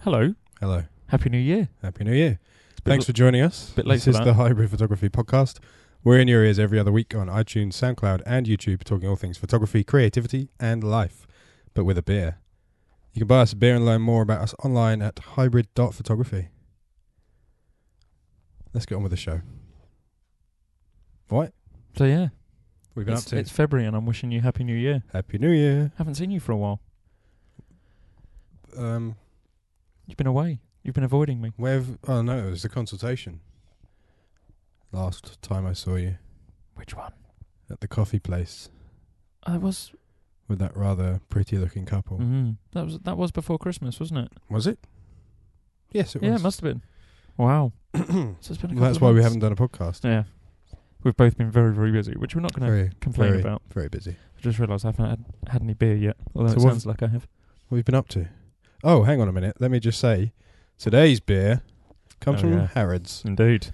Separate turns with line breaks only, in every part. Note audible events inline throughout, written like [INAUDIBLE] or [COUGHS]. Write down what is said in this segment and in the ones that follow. Hello.
Hello.
Happy New Year.
Happy New Year.
bit
Thanks
l-
for joining us.
bit late
this
for
is
that.
the Hybrid Photography Podcast. We're in your ears every other week on iTunes, SoundCloud, and YouTube, talking all things photography, creativity, and life, but with a beer. You can buy us a beer and learn more about us online at hybrid.photography. Let's get on with the show. What?
So yeah,
We've been
it's,
up to
it's February, and I'm wishing you Happy New Year.
Happy New Year.
Haven't seen you for a while.
Um,
You've been away. You've been avoiding me.
where? Have, oh no, it was the consultation. Last time I saw you
Which one?
at the coffee place
I was.
with that rather pretty-looking couple.
Mm, that was that was before Christmas, wasn't it?
Was it? Yes, it
yeah,
was.
it must have been.
[CLEARS THROAT]
Wow. so it's been. A couple
That's
of
why we
months.
haven't done a podcast.
Yeah, we've both been very very busy, which we're not going to
Very,
complain
very,
about.
very busy.
I just realised I haven't had, had any beer yet, although
So
it
what-
sounds like I have.
What have you been up to? Oh, hang on a minute. Let me just say, today's beer comes
Oh,
from
yeah.
Harrods
Indeed,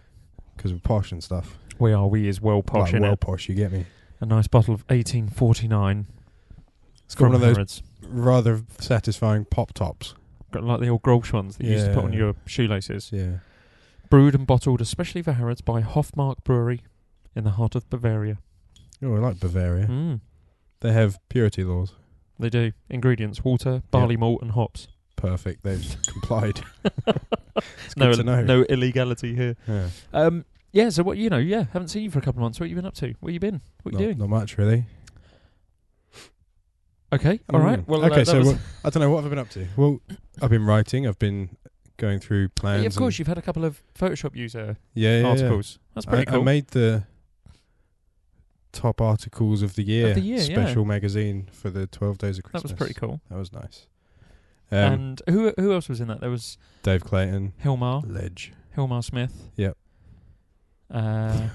because we're posh and stuff.
we are. We is well posh
Like,
in
well
it.
posh, you get me.
A nice bottle of 1849
It's got
from
one of those
Harrods.
rather satisfying pop tops.
Got like the old Grolsch ones that you used to put on
Yeah.
your shoelaces.
Yeah.
brewed and bottled especially for Harrods by Hofmark Brewery in the heart of Bavaria.
Oh, I like Bavaria.
Mm,
They have purity laws.
they do. Ingredients water, barley malt, and hops. [LAUGHS]
Perfect. They've complied. it's
no,
good to
ill-
know.
no illegality here.
Yeah.
Um, yeah, so what, you know, yeah, haven't seen you for a couple of months. What you been up to? What you been? What
Not,
you doing?
not much really.
Okay, all right.
Mm.
Well, uh,
okay.
that
so
was-
what- I don't know what have I been up to. Well, I've been writing. I've been going through plans.
Yeah, of
and-
course, you've had a couple of Photoshop user
yeah, yeah,
articles. That's
Yeah. I,
pretty cool.
I made the top articles of the year,
the year, yeah.
special magazine for the twelve days of
that
Christmas.
was pretty cool.
That was nice. Um,
and Oh. who who else was in that? There was
Dave Clayton,
Hilmar,
Ledge.
Hilmar Smith.
Yep. [LAUGHS]
Uh,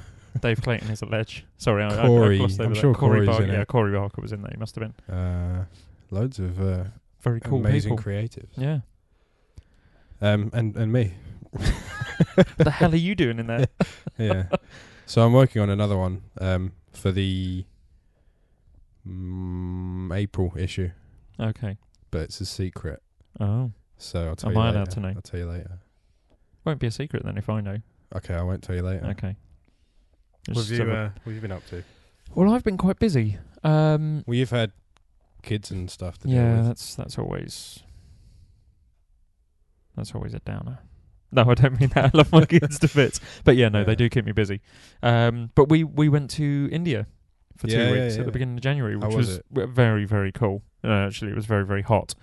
Dave Clayton is a ledge. Sorry, I,
Corey.
I, I glossed over
I'm
that.
sure
Corey
Corey's
Barker.
in
Yeah,
it.
Corey Barker was in there. He must have been
Uh, loads of uh,
very cool
amazing
people.
creatives.
yeah.
Um, and and me.
the hell are you doing in there?
[LAUGHS]
[LAUGHS]
yeah. So I'm working on another one um, for the mm, April issue,
Okay.
but it's a secret.
Oh,
So I'll tell
Am
you
I
later.
allowed to know?
I'll tell you later.
won't be a secret then if I know.
Okay, I won't tell you later.
Okay.
What
Just
have, you,
sort of-
uh, what have you been up to?
well, I've been quite busy. Um,
Well, you've had kids and stuff to
yeah,
deal with.
that's that's always that's always a downer. [LAUGHS] No, I don't mean that. I love my kids to bits, but yeah, no,
Yeah.
they do keep me busy. Um, but we we went to India for
Yeah,
two
yeah,
weeks at
yeah.
the beginning of January,
How
which
was
was,
it?
w- very very cool. Uh, actually, it was very very hot.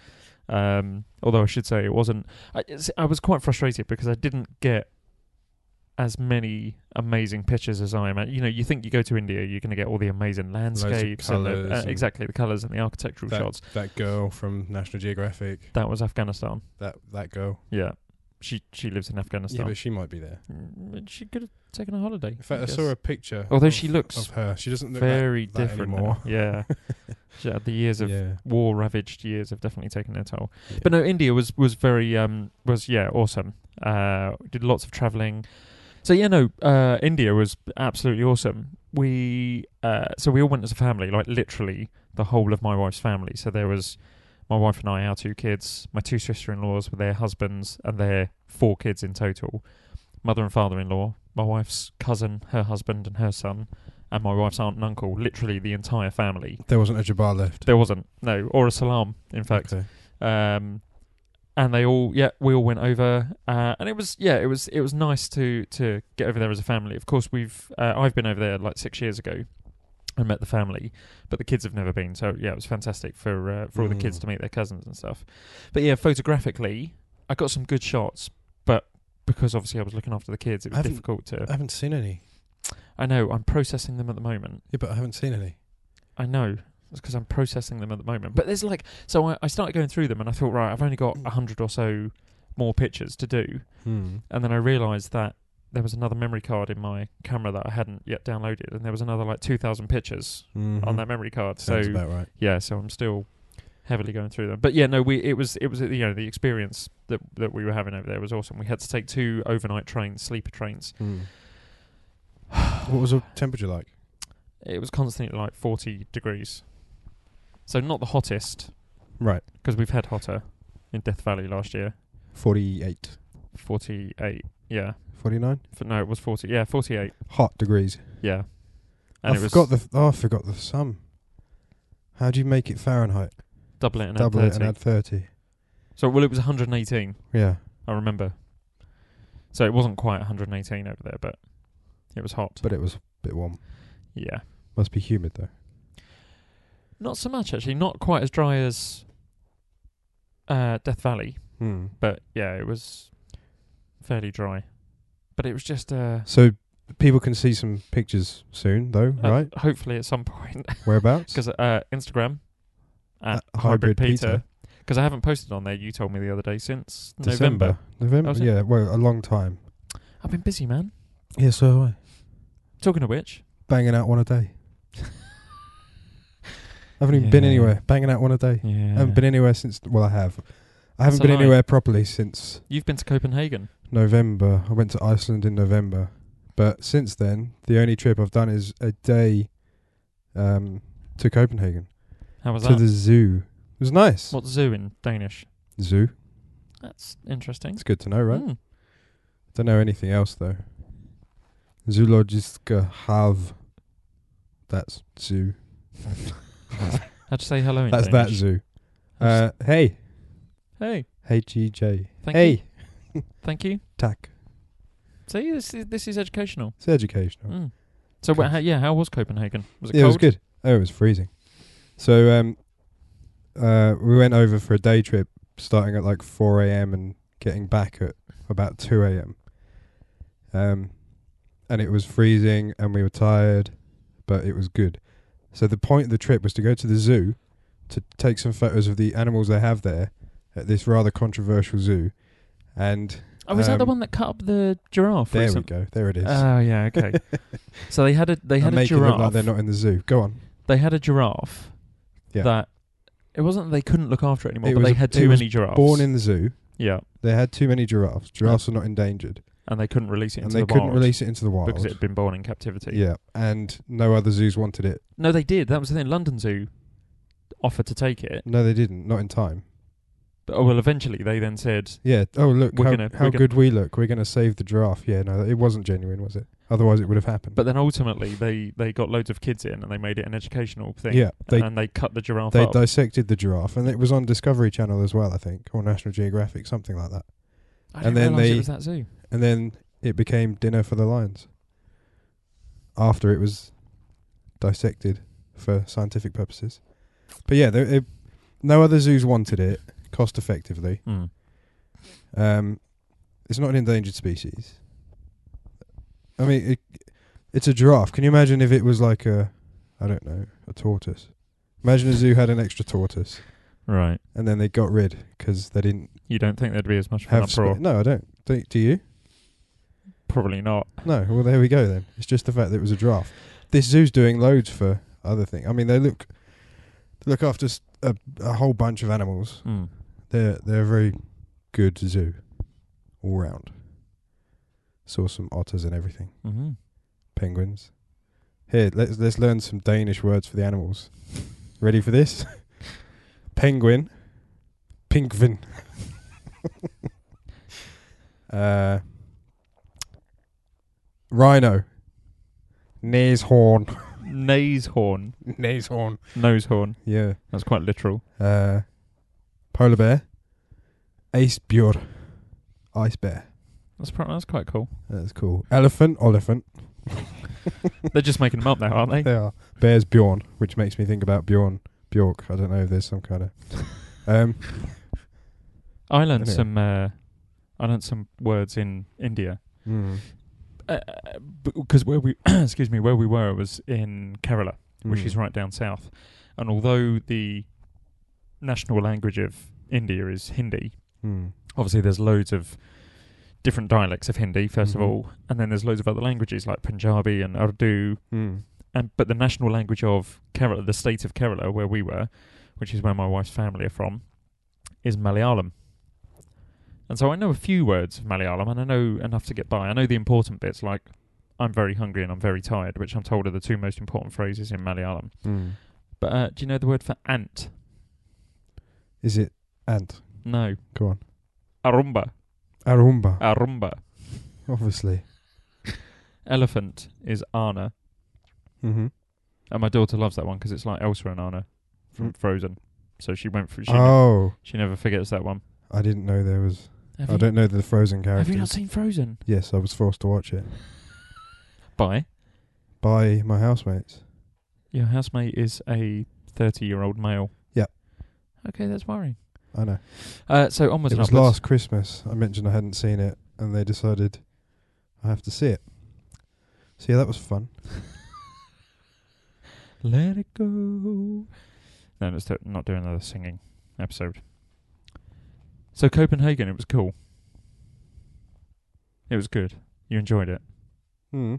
Um, although I should say it wasn't. I, it's- I was quite frustrated because I didn't get as many amazing pictures as I am. You know, you think you go to India, you're going to get all the amazing
of
landscapes and, the, uh,
colours and-
exactly the colours and the architectural
That-
shots.
That girl from National Geographic.
That was Afghanistan.
That that girl.
Yeah. She she lives in
Yeah,
Afghanistan.
but she might be there.
Mm, but she could have taken a holiday.
In fact, I,
guess.
saw a picture.
Although
of,
she looks
of her, she doesn't look that-
very
that
different.
anymore.
now.
[LAUGHS]
Yeah. yeah. The years of
yeah.
war ravaged years have definitely taken their toll.
yeah.
But no, India was was very um was yeah awesome. Uh, did lots of traveling. So yeah, no, uh, India was absolutely awesome. We uh, so we all went as a family, like literally the whole of my wife's family. So there was my wife and I, our two kids, my two sister-in-laws with their husbands, and their four kids in total. Mother and father-in-law, my wife's cousin, her husband, and her son, and my wife's aunt and uncle. Literally the entire family.
there wasn't a Jabbar left.
There wasn't no or a salam, in fact
Okay.
um, and they all yeah we all went over uh, and it was yeah it was it was nice to to get over there as a family of course we've uh, i've been over there like six years ago and met the family but the kids have never been so yeah it was fantastic for uh, for all the kids
Mm.
to meet their cousins and stuff but yeah photographically i got some good shots but because obviously i was looking after the kids it was
Haven't-
difficult to
I haven't seen any.
i know i'm processing them at the moment
Yeah, but I haven't seen any.
I know. It's because I'm processing them at the moment. But there's like, so I, I started going through them and I thought, right, I've only got a 100 or so more pictures to do.
Hmm.
And then I realised that there was another memory card in my camera that I hadn't yet downloaded. And there was another like 2,000 pictures on
Mhm.
that memory card.
Sounds
so,
about right.
yeah, so I'm still heavily going through them. But yeah, no, we, it was, it was, you know, the experience that, that we were having over there was awesome. We had to take two overnight trains, sleeper trains.
Hmm. [SIGHS] what was the temperature like?
It was constantly like 40 degrees. So not the hottest,
Right.
because we've had hotter in Death Valley last year.
48,
48. Yeah.
49?
F- No, it was 40. Yeah, 48.
Hot degrees.
Yeah.
I forgot the oh, I forgot the sum. How do you make it Fahrenheit?
double it and
Double
add
it
30.
and add 30.
so, well, it was 118.
Yeah.
I remember. So it wasn't quite 118 over there, but it was hot.
But it was a bit warm.
yeah.
Must be humid though.
Not so much, actually. Not quite as dry as uh, Death Valley,
Hmm.
but yeah, it was fairly dry. But it was just. Uh,
So people can see some pictures soon though,
uh,
right?
Hopefully at some point. [LAUGHS]
Whereabouts?
Because uh, Instagram at
At
Hybrid
Hybrid
Peter.
Peter.
Because I haven't posted on there, you told me the other day, since November.
December. November.
Oh, so-
yeah, well, a long time.
I've been busy, man.
Yeah, so have I.
Talking of which,
Banging out one
[LAUGHS]
a day. I haven't even been
Yeah.
anywhere. Banging out one a day.
yeah.
I haven't been anywhere since. Well, I have. I
That's
haven't
a
been
lie.
anywhere properly since
You've been to Copenhagen.
November. I went to Iceland in November, but since then, the only trip I've done is a day um, to Copenhagen
How was
to
that?
the zoo. It was nice.
What's zoo in Danish?
Zoo.
That's interesting.
It's good to know, right?
Mm.
Don't know anything else though. Zoologiska have. That's zoo.
How'd you say hello in
That's that
Danish?
zoo. Uh, hey,
Hey,
H E J.
thank you.
Hey,
Thank you.
tack.
See, this is, this is educational.
It's educational.
Mm. So, wha- how, yeah, how was Copenhagen? Was it
yeah,
cold?
it was good. Oh, it was freezing. So um, uh, we went over for a day trip, starting at like 4 a.m. and getting back at about 2 a.m. Um, and it was freezing, and we were tired, but it was good. So the point of the trip was to go to the zoo, to take some photos of the animals they have there at this rather controversial zoo, and
Oh, is that the
Um,
one that cut up the giraffe?
there we
recent-
go. There it is.
Oh, yeah.
[LAUGHS]
Okay. so they had a they
I
had a
make it look
giraffe.
like they're not in the zoo. Go on.
they had a giraffe.
Yeah.
That it wasn't that they couldn't look after it anymore,
It
but
was
they
a-
had
it
too
was
many giraffes.
Born in the zoo.
yeah,
They had too many giraffes. Giraffes are not endangered,
and they couldn't release it
and
into
they
the
couldn't
wild
release it into the wild.
because it had been born in captivity.
yeah, and no other zoos wanted it.
No, they did. That was the thing. London Zoo offered to take it,
No, they didn't. Not in time.
but oh, well, eventually they then said,
Yeah. Oh, look
We're
how,
gonna-
how
we're gonna-
good we look. We're going to save the giraffe. Yeah. No, it wasn't genuine, was it? Otherwise, it would have happened.
but then ultimately they they got loads of kids in and they made it an educational thing.
yeah, they
and they cut the giraffe
they
up.
dissected the giraffe, and it was on Discovery Channel as well, I think, or National Geographic, something like that.
I didn't
and then
realise it
they-
was that zoo.
And then it became dinner for the lions after it was dissected for scientific purposes. But yeah, there, it, no other zoos wanted it cost effectively.
Mm.
Um, it's not an endangered species. I mean, it, it's a giraffe. Can you imagine if it was like a, I don't know, a tortoise? Imagine a zoo had an extra tortoise
Right.
and then they got rid because they didn't
You don't think there'd be as much of an
have.
uproar?
Sp- no, I don't. Do, do you?
Probably not.
No, well there we go then. It's just the fact that it was a draft. This zoo's doing loads for other things. I mean, they look they look after s- a, a whole bunch of animals.
Mm.
They're they're a very good zoo all round. Saw some otters and everything,
Mm-hmm.
penguins. Here, let's let's learn some Danish words for the animals. Ready for this? Penguin, pinkvin. uh, rhino, nashorn. [LAUGHS]
Nase horn,
Naze horn.
nose horn.
Yeah.
That's quite literal.
Uh, polar bear. Ace björ. Ice bear.
That's pro- that's quite cool.
That's cool. Elephant, oliphant.
They're just making them up now, aren't they?
[LAUGHS] They are. Bears Bjorn, which makes me think about Bjorn Bjork. I don't know if there's some kind of.
[LAUGHS]
Um,
I learned
Anyway.
some. Uh, I learned some words in India Uh,
mm,
because where we [COUGHS] excuse me where we were was in Kerala, which
mm.
is right down south, and although the national language of India is Hindi,
Mm.
obviously there's loads of different dialects of Hindi 1st of
Mhm.
all, and then there's loads of other languages like Punjabi and Urdu,
Mm.
and but the national language of Kerala, the state of Kerala where we were, which is where my wife's family are from, is Malayalam. And so I know a few words of Malayalam, and I know enough to get by. I know the important bits like "I'm very hungry" and "I'm very tired," which I'm told are the two most important phrases in Malayalam.
Mm.
But uh, do you know the word for ant?
Is it ant?
No,
Go on.
Arumba. Uh,
Arumba,
Arumba.
obviously.
Elephant is Anna.
Mm-hmm.
And my daughter loves that one because it's like Elsa and Anna from Frozen. So she went for she,
Hmm. Oh,
she never forgets that one.
I didn't know there was.
Have,
I
you,
don't know the Frozen
have
characters.
you not seen Frozen?
yes, I was forced to watch it
Bye.
by my housemates.
Your housemate is a 30 year old male.
Yep.
Okay, that's worrying.
I know.
Uh, so onwards
it
and
was
upwards.
last Christmas. I mentioned I hadn't seen it, and they decided I have to see it. So yeah, that was fun.
Let it go. No, let's do, not do another singing episode. So Copenhagen, it was cool. It was good. You enjoyed it.
Hmm.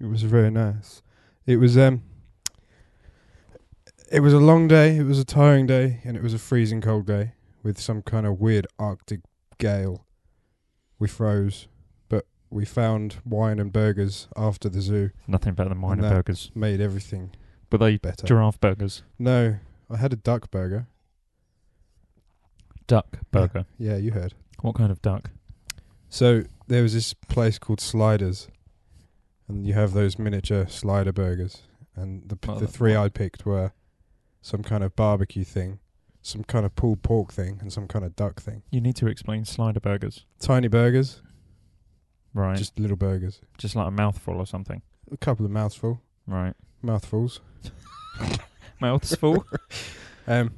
It was very nice. It was um. It was a long day. It was a tiring day, and it was a freezing cold day with some kind of weird Arctic gale. We froze, but we found wine and burgers after the zoo.
Nothing better than wine and
No.
burgers.
Made everything
But they
better.
giraffe burgers,
no, I had a duck burger.
duck burger.
Yeah, you heard.
What kind of duck?
So there was this place called Sliders, and you have those miniature slider burgers. And the p
Oh,
the
that-
three I picked were some kind of barbecue thing, some kind of pulled pork thing, and some kind of duck thing.
You need to explain slider burgers,
Tiny burgers,
right? Just,
just little burgers,
like a mouthful or something,
a couple of mouthful [LAUGHS]
right?
mouthfuls.
Mouths full.
Um,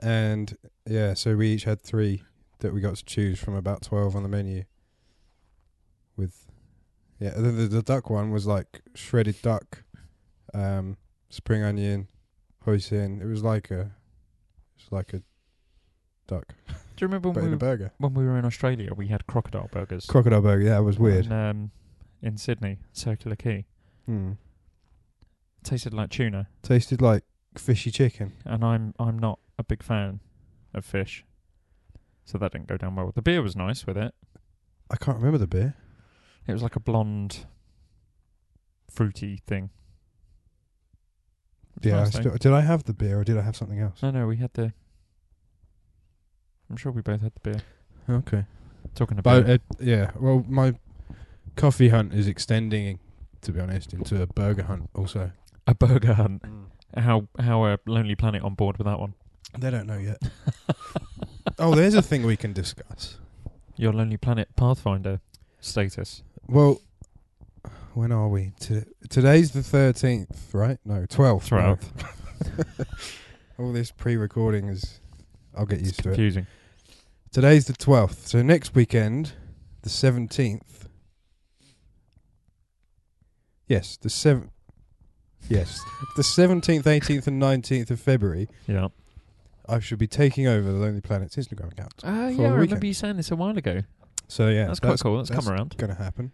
and yeah, so we each had three that we got to choose from about twelve on the menu. With, yeah, the, the, the duck one was like shredded duck, um, spring onion, hoisin. It was like a, it's like a duck,
do you remember
but in
when
a
we,
burger.
when we were in Australia? We had crocodile burgers.
Crocodile burger. Yeah, that was weird.
In, um, in Sydney, Circular Quay,
Hmm.
tasted like tuna.
Tasted like fishy chicken.
and I'm I'm not a big fan of fish, so that didn't go down well. The beer was nice with it.
I can't remember the beer.
It was like a blonde, fruity thing. It was
Yeah, I
nice, though.
still, did I have the beer or did I have something else?
no, no, we had the. I'm sure we both had the beer.
Okay.
Talking about
But uh, yeah, well, my coffee hunt is extending, to be honest, into a burger hunt also.
a burger hunt, how how a Lonely Planet on board with that one?
They don't know yet. [LAUGHS] oh, there's a thing we can discuss.
Your Lonely Planet Pathfinder status.
Well, when are we? To- today's the thirteenth, right? No, twelfth.
Twelfth.
[LAUGHS] All this pre-recording is. I'll get
It's
used to it.
confusing.
Today's the twelfth, so next weekend, the seventeenth. Yes, the seven. Yes, the seventeenth, eighteenth, and nineteenth of February.
Yeah.
I should be taking over the Lonely Planet's Instagram account.
Ah,
For
yeah.
the
I
weekend.
remember you saying this a while ago.
So yeah,
that's quite cool. That's, come around.
Going to happen.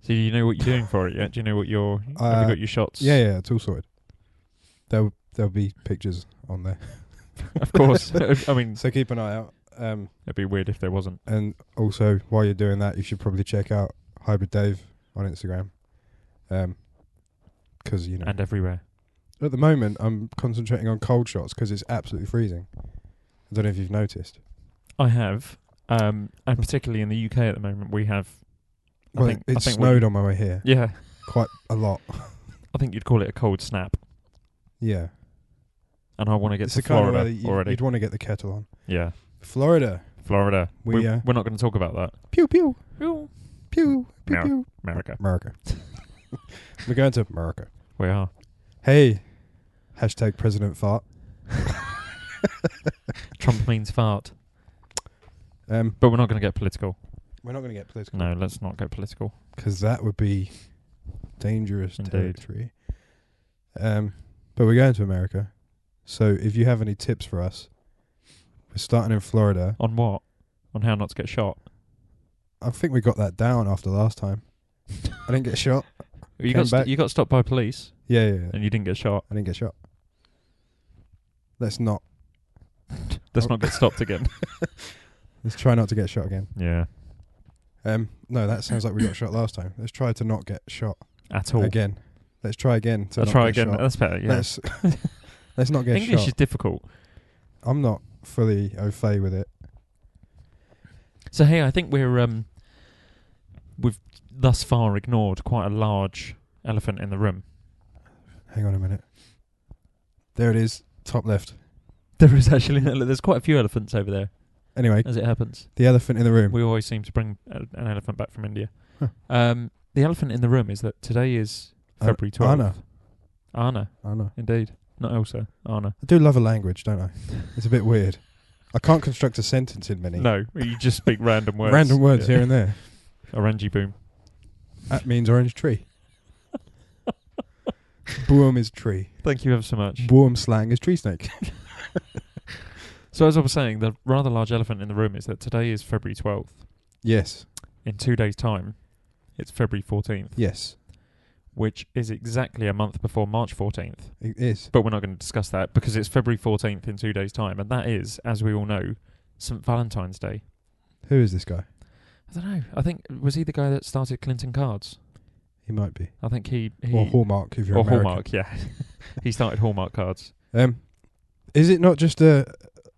So you know what you're doing for it yet? Do you know what your have
Uh,
you got your shots?
Yeah, yeah, it's all sorted. There'll there'll be pictures on there,
of
[LAUGHS]
course. [LAUGHS] I mean,
so keep an eye out. Um,
it'd be weird if there wasn't.
and also while you're doing that, you should probably check out Hybrid Dave on Instagram. Um 'cause you know,
And everywhere.
at the moment I'm concentrating on cold shots 'cause it's absolutely freezing. I don't know if you've noticed.
I have, um, and particularly in the UK at the moment, we have. I
well,
think,
it
I think
snowed on my way here
We, yeah,
quite a lot.
I think you'd call it a cold snap,
Yeah,
and I want to get
it's
to
the kind of
Florida
weather you'd,
already.
you'd want to get the kettle on.
yeah,
Florida.
Florida.
We,
We,
uh,
we're not going to talk about that.
Pew pew
Ooh,
pew pew
Meow.
pew.
America,
America. [LAUGHS] We're going to America.
we are.
Hey, hashtag President Fart.
Trump means fart,
Um,
but we're not going to get political.
we're not going to get political
No, let's not get political.
because that would be dangerous
Indeed.
territory. Um, but we're going to America, so if you have any tips for us, we're starting in Florida.
On what? On how not to get shot?
I think we got that down after last time. I
[LAUGHS]
didn't get shot.
You
Came
got st-
back.
you got stopped by police
Yeah, yeah, yeah.
and you didn't get shot.
I didn't get shot. Let's not.
Let's
Oh.
not get stopped
[LAUGHS]
again.
Let's try not to get shot again.
yeah,
Um, no, that sounds like we got shot last time. Let's try to not get shot.
at all.
again. Let's try again. To
Let's
not
try
get
again.
shot.
That's better. Yeah.
Let's [LAUGHS] let's not get
English
shot.
is difficult.
I'm not fully au fait with it.
So hey, I think we're um, we've thus far ignored quite a large elephant in the room. [LAUGHS]
Hang on a minute. There it is, top left.
There is actually [LAUGHS] there's quite a few elephants over there,
Anyway,
as it happens.
the elephant in the room.
We always seem to bring a- an elephant back from India.
Huh.
Um, the elephant in the room is that today is
Ar-
February twelfth.
Anna.
Anna,
I know.
indeed, not Elsa. Anna.
I do love a language, don't I? It's a bit weird. I can't construct a sentence in many.
No, you just speak
[LAUGHS]
random words.
Random words
Yeah.
here and there.
Orangey boom.
That means orange tree. Boom is tree.
Thank you ever so much.
Boom slang is tree snake.
So as I was saying, the rather large elephant in the room is that today is February twelfth.
yes.
In two days' time, it's February fourteenth.
Yes.
which is exactly a month before March 14th.
It is.
But we're not going to discuss that because it's February 14th in two days' time, and that is, as we all know, St. Valentine's Day.
Who is this guy?
I don't know. I think was he the guy that started Clinton Cards?
He might be.
I think he, he
or Hallmark if you're
or
American.
Hallmark. Yeah, [LAUGHS] he started Hallmark Cards.
Um, is it not just a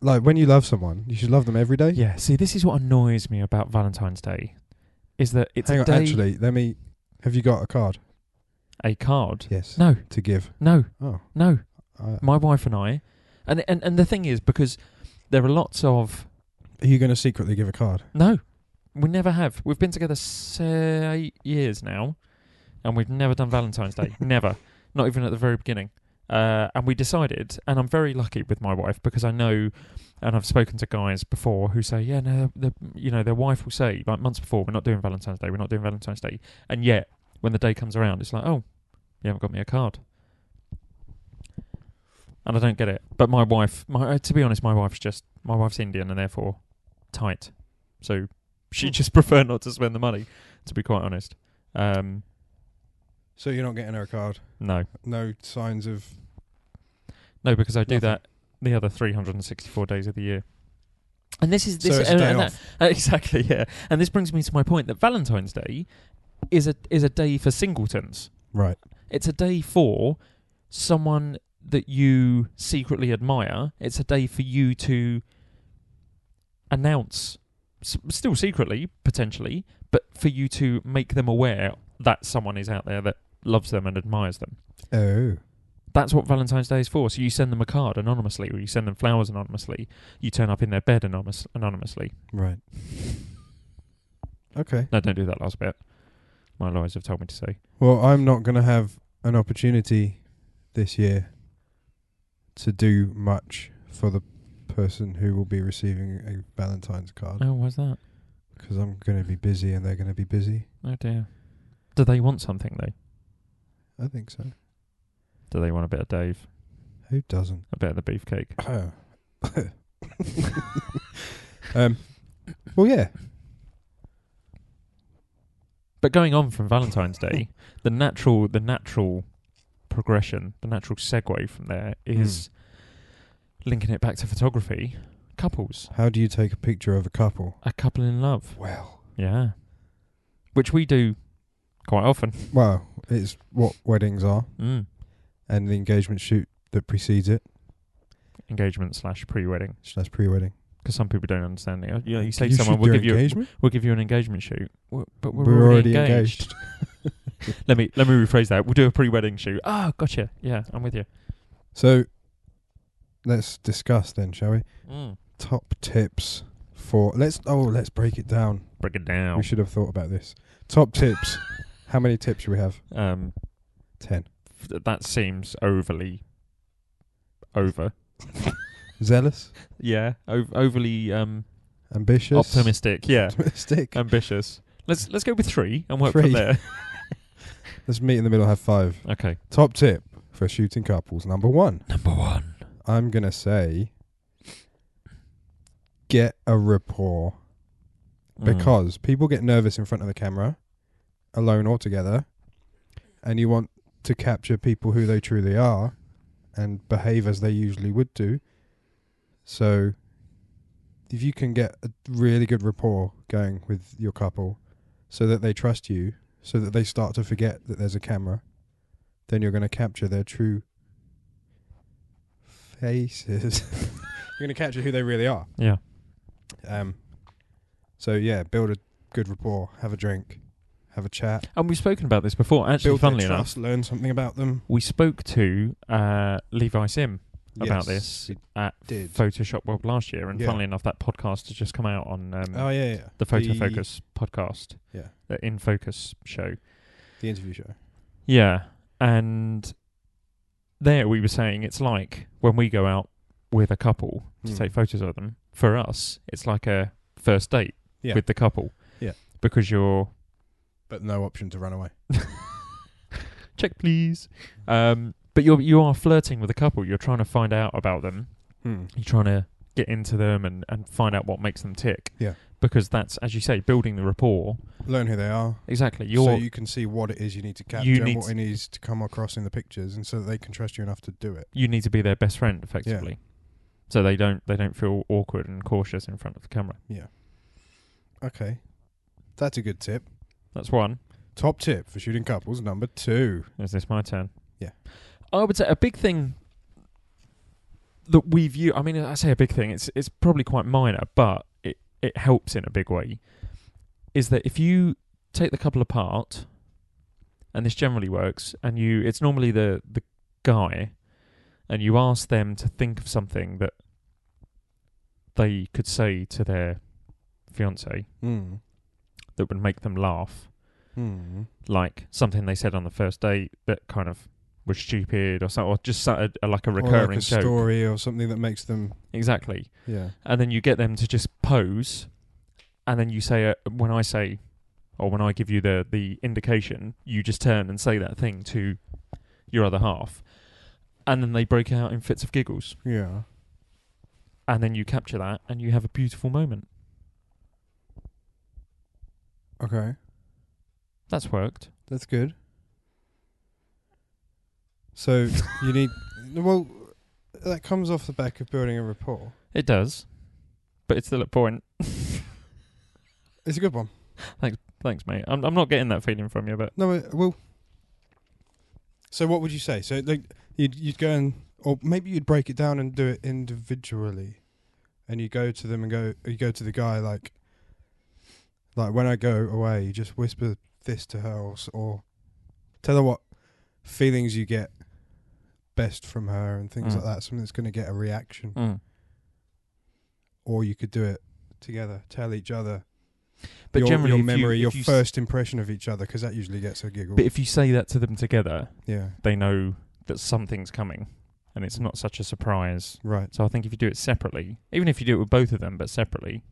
like when you love someone, you should love them every day?
Yeah. See, this is what annoys me about Valentine's Day, is that it's
Hang
a
on,
day
actually, let me. Have you got a card?
a card.
Yes.
No,
To give.
no,
Oh.
no.
I-
My wife and I, and and and the thing is because there are lots of
Are you going to secretly give a card?
No, we never have. We've been together se- eight years now, and we've never done Valentine's Day. never, not even at the very beginning. Uh, and we decided, and I'm very lucky with my wife because I know, and I've spoken to guys before who say, yeah, no, the, you know, their wife will say like months before, we're not doing Valentine's Day, we're not doing Valentine's Day, and yet when the day comes around, it's like, oh, you haven't got me a card. And I don't get it. But my wife, my uh, to be honest, my wife's just my wife's Indian and therefore tight. So
Hmm.
she just [LAUGHS] prefer not to spend the money, to be quite honest. Um,
So you're not getting her a card.
no,
No signs of.
no, because I do
Nothing.
that the other 364 days of the year. And this is this
so it's
and-
a day
and that-
off.
[LAUGHS] exactly yeah. And this brings me to my point that Valentine's Day is a is a day for singletons.
Right.
It's a day for someone that you secretly admire. It's a day for you to announce, s- still secretly, potentially, but for you to make them aware that someone is out there that loves them and admires them.
Oh.
That's what Valentine's Day is for. So you send them a card anonymously, or you send them flowers anonymously. You turn up in their bed anonymous, anonymously.
Right. Okay.
No, don't do that last bit. My lawyers have told me to say.
Well, I'm not going to have an opportunity this year to do much for the person who will be receiving a Valentine's card
Oh, why's that?
because I'm going to be busy and they're going to be busy.
Oh dear. Do they want something though?
I think so.
Do they want a bit of Dave?
Who [COUGHS] doesn't? [LAUGHS]
A bit of the beefcake?
um. Well, yeah.
But going on from Valentine's [LAUGHS] Day, the natural the natural progression, the natural segue from there is linking it back to photography. Couples,
How do you take a picture of a couple?
a couple in love,
Well,
yeah, which we do quite often.
well, it's what weddings are
Mm.
and the engagement shoot that precedes it.
Engagement slash pre-wedding,
So that's pre-wedding.
because some people don't understand it. You, know, you say to
You
someone,
shoot
"We'll
your
give you,
engagement?
we'll give you an engagement shoot," W- but we're,
We're
already,
already
engaged.
engaged.
[LAUGHS] let me let me rephrase that. We'll do a pre-wedding shoot. Ah, gotcha. Yeah, I'm with you.
So let's discuss then, shall we?
Mm.
Top tips for let's oh let's break it down.
Break it
We
down.
should have thought about this. Top
[LAUGHS]
tips. How many tips should we have?
Um,
Ten.
th- that seems overly over.
Zealous,
Yeah, ov- overly um,
ambitious,
optimistic. Um, Yeah,
optimistic.
ambitious. Let's let's go with three and work
Three.
from there.
let's meet in the middle. Have five.
[LAUGHS] Okay.
Top tip for shooting couples. Number one.
Number one.
I'm gonna say get a rapport
Mm.
because people get nervous in front of the camera, alone or together, and you want to capture people who they truly are and behave as they usually would do. So if you can get a really good rapport going with your couple so that they trust you, so that they start to forget that there's a camera, then you're going to capture their true [LAUGHS] faces. you're going to capture who they really are.
yeah.
Um, So yeah, build a good rapport, have a drink, have a chat.
And we've spoken about this before. Actually,
build
funnily
their
enough,
trust, learn something about them.
we spoke to uh, Levi Sim
Yes,
about this
you
at
did.
Photoshop World last year, and
Yeah.
funnily enough, that podcast has just come out on um,
oh yeah, yeah.
the Photo Focus podcast,
Yeah.
the In Focus show.
the interview show.
Yeah, and there we were saying it's like when we go out with a couple to
Mm.
take photos of them. For us, it's like a first date
Yeah.
with the couple.
Yeah.
because you're
But no option to run away.
check please. Um, but you're you are flirting with a couple. You're trying to find out about them. you're trying to get into them and, and find out what makes them tick.
Yeah.
Because that's, as you say, building the rapport.
Learn who they are,
Exactly.
so
You're
you can see what it is you need to capture
You
and
need
what
to-
it needs to come across in the pictures, and so that they can trust you enough to do it.
you need to be their best friend effectively. So they don't they don't feel awkward and cautious in front of the camera.
Okay, that's a good tip.
That's one.
Top tip for shooting couples number two.
Is this my turn?
Yeah.
I would say a big thing that we view I mean I say a big thing, it's it's probably quite minor, but it, it helps in a big way. Is that if you take the couple apart and this generally works, and you it's normally the, the guy and you ask them to think of something that they could say to their fiance
Mm.
that would make them laugh
Mm.
like something they said on the first date that kind of was stupid or something, or just so- a, like a
or
recurring
like a
joke.
story or something that makes them
Exactly.
yeah
And then you get them to just pose, and then you say, uh, when I say, or when I give you the, the indication, you just turn and say that thing to your other half. And then they break out in fits of giggles.
yeah
And then you capture that and you have a beautiful moment.
okay
That's worked.
that's good so you need well that comes off the back of building a rapport
It does. But it's still at point.
it's a good one
Thanks, mate. I'm, I'm not getting that feeling from you, but
no it, well so what would you say so like you'd you'd go and or maybe you'd break it down and do it individually and you go to them and go you go to the guy like like when I go away you just whisper this to her or, s- or tell her what feelings you get best from her and things
Mm.
like that something that's going to get a reaction
Mm.
or you could do it together tell each other
but
your,
generally
your
if you-
memory
if
your
you s-
first impression of each other 'cause that usually gets a giggle
But if you say that to them together,
yeah
they know that something's coming and it's not such a surprise.
right
So I think if you do it separately, even if you do it with both of them but separately,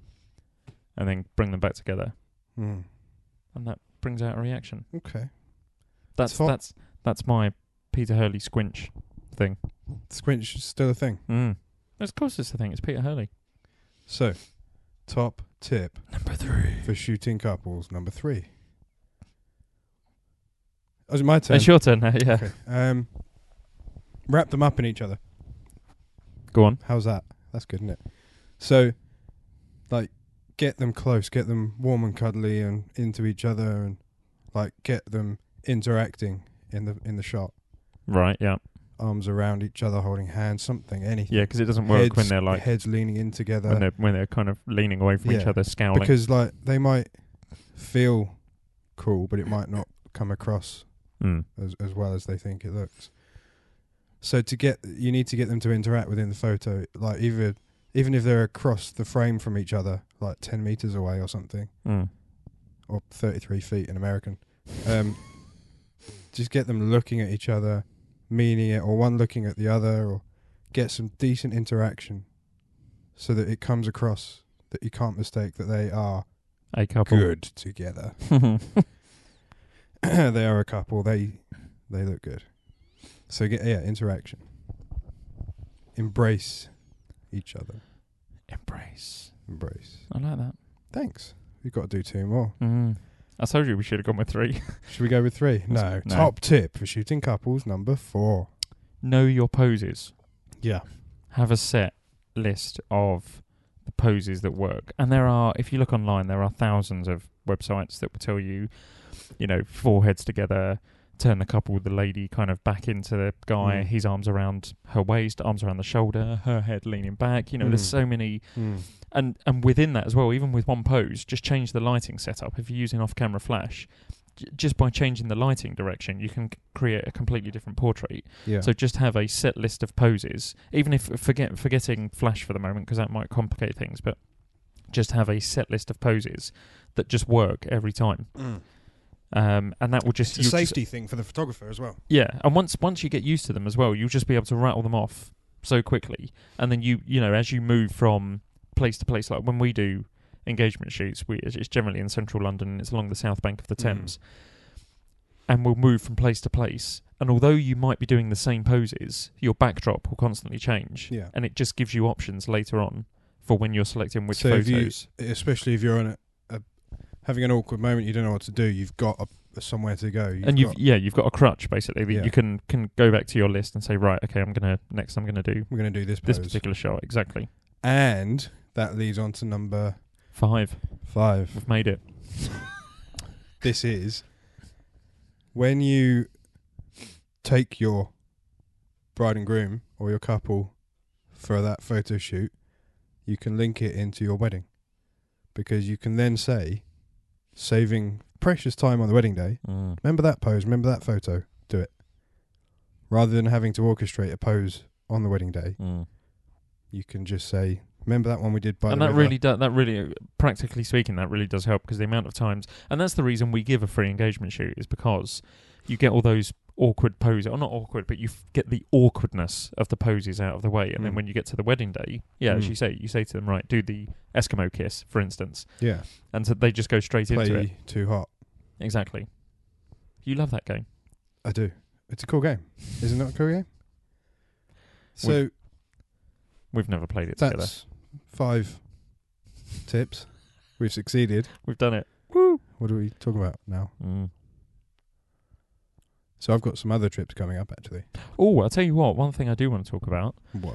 and then bring them back together,
mm.
and that brings out a reaction.
Okay.
That's
Fo-
that's that's my Peter Hurley squinch thing.
Squinch is still a thing.
Mm. Of course it's the thing, it's Peter Hurley.
So, top tip
Number three.
for shooting couples number three. Oh, is it my turn?
It's your turn now, yeah.
Okay. Um, wrap them up in each other.
Go on.
How's that? That's good, isn't it? So, like, get them close, get them warm and cuddly, and into each other, and like get them interacting in the in the shot,
Right, yeah.
arms around each other, holding hands, something, anything.
Yeah, because it doesn't work when
Heads-
they're like
heads leaning in together.
when they're when they're kind of leaning away from each
Yeah,
other, scowling.
because like they might feel cool, but it might not come across
Mm.
as as well as they think it looks. So to get you need to get them to interact within the photo, like either even if they're across the frame from each other, like ten meters away or something,
Mm.
or thirty three feet in American. Um, just get them looking at each other, meaning it, or one looking at the other, or get some decent interaction, so that it comes across that you can't mistake that they are
A couple.
good together. [CLEARS THROAT]
[LAUGHS]
they are a couple. They they look good. So get yeah, interaction. Embrace each other.
Embrace.
Embrace.
I like that.
Thanks. We've got to do two more.
Mm. I told you we should have gone with three.
Should we go with three? No.
No.
Top tip for shooting couples number four.
[LAUGHS] know your poses.
Yeah.
Have a set list of the poses that work. And there are, if you look online, there are thousands of websites that will tell you, you know, foreheads together, turn the couple with the lady kind of back into the guy,
Mm.
his arms around her waist, arms around the shoulder, her head leaning back. You know,
Mm.
there's so many
Mm.
and and within that as well, even with one pose, just change the lighting setup. If you're using off-camera flash, j- just by changing the lighting direction, you can c- create a completely different portrait.
Yeah.
So just have a set list of poses, even if forget forgetting flash for the moment because that might complicate things, but just have a set list of poses that just work every time, um, and that will just
Mm. It's a
you'll just-
safety thing for the photographer as well.
yeah, and once once you get used to them as well, you'll just be able to rattle them off so quickly. And then you you know as you move from place to place, like when we do engagement shoots, we it's it's generally in central London. and It's along the south bank of the
Mm.
Thames, and we'll move from place to place. And although you might be doing the same poses, your backdrop will constantly change,
Yeah.
and it just gives you options later on for when you're selecting which
So if you-
photos.
Especially if you're in a, a having an awkward moment, you don't know what to do. You've got a, somewhere to go.
and you've
got-
yeah you've got a crutch basically that
Yeah.
you can can go back to your list and say right okay I'm gonna next I'm gonna do
we're going to do this
this
pose.
particular shot exactly.
and that leads on to number
Five.
five.
We've made it.
This is when you take your bride and groom or your couple for that photo shoot, you can link it into your wedding because you can then say, saving precious time on the wedding day, remember that pose, remember that photo, do it. Rather than having to orchestrate a pose on the wedding day, you can just say, remember that one we did by
And
the
that
river?"
really, do, that really, practically speaking, that really does help because the amount of times, and that's the reason we give a free engagement shoot is because you get all those awkward poses, or not awkward, but you f- get the awkwardness of the poses out of the way, and then
Mm.
when you get to the wedding day, yeah, as
Mm.
you say, you say to them, right, do the Eskimo kiss, for instance,
yeah,
and so they just go straight into it.
play too hot.
Exactly. You love that game.
I do. It's a cool game. Is it not a cool game? So
We've never played it together.
that's five tips. We've succeeded.
We've done it.
What do we talk about now?
Mm.
So I've got some other trips coming up actually.
Oh, I'll tell you what. One thing I do want to talk about
What?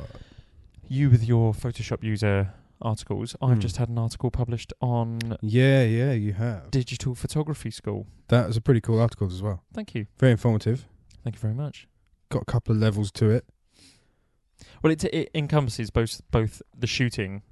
you with your Photoshop user articles. I've
Hmm.
just had an article published on
Yeah, yeah, you have.
digital photography school.
That was a pretty cool article as well.
Thank you.
Very informative.
Thank you very much.
Got a couple of levels to it.
Well, it, it encompasses both both the shooting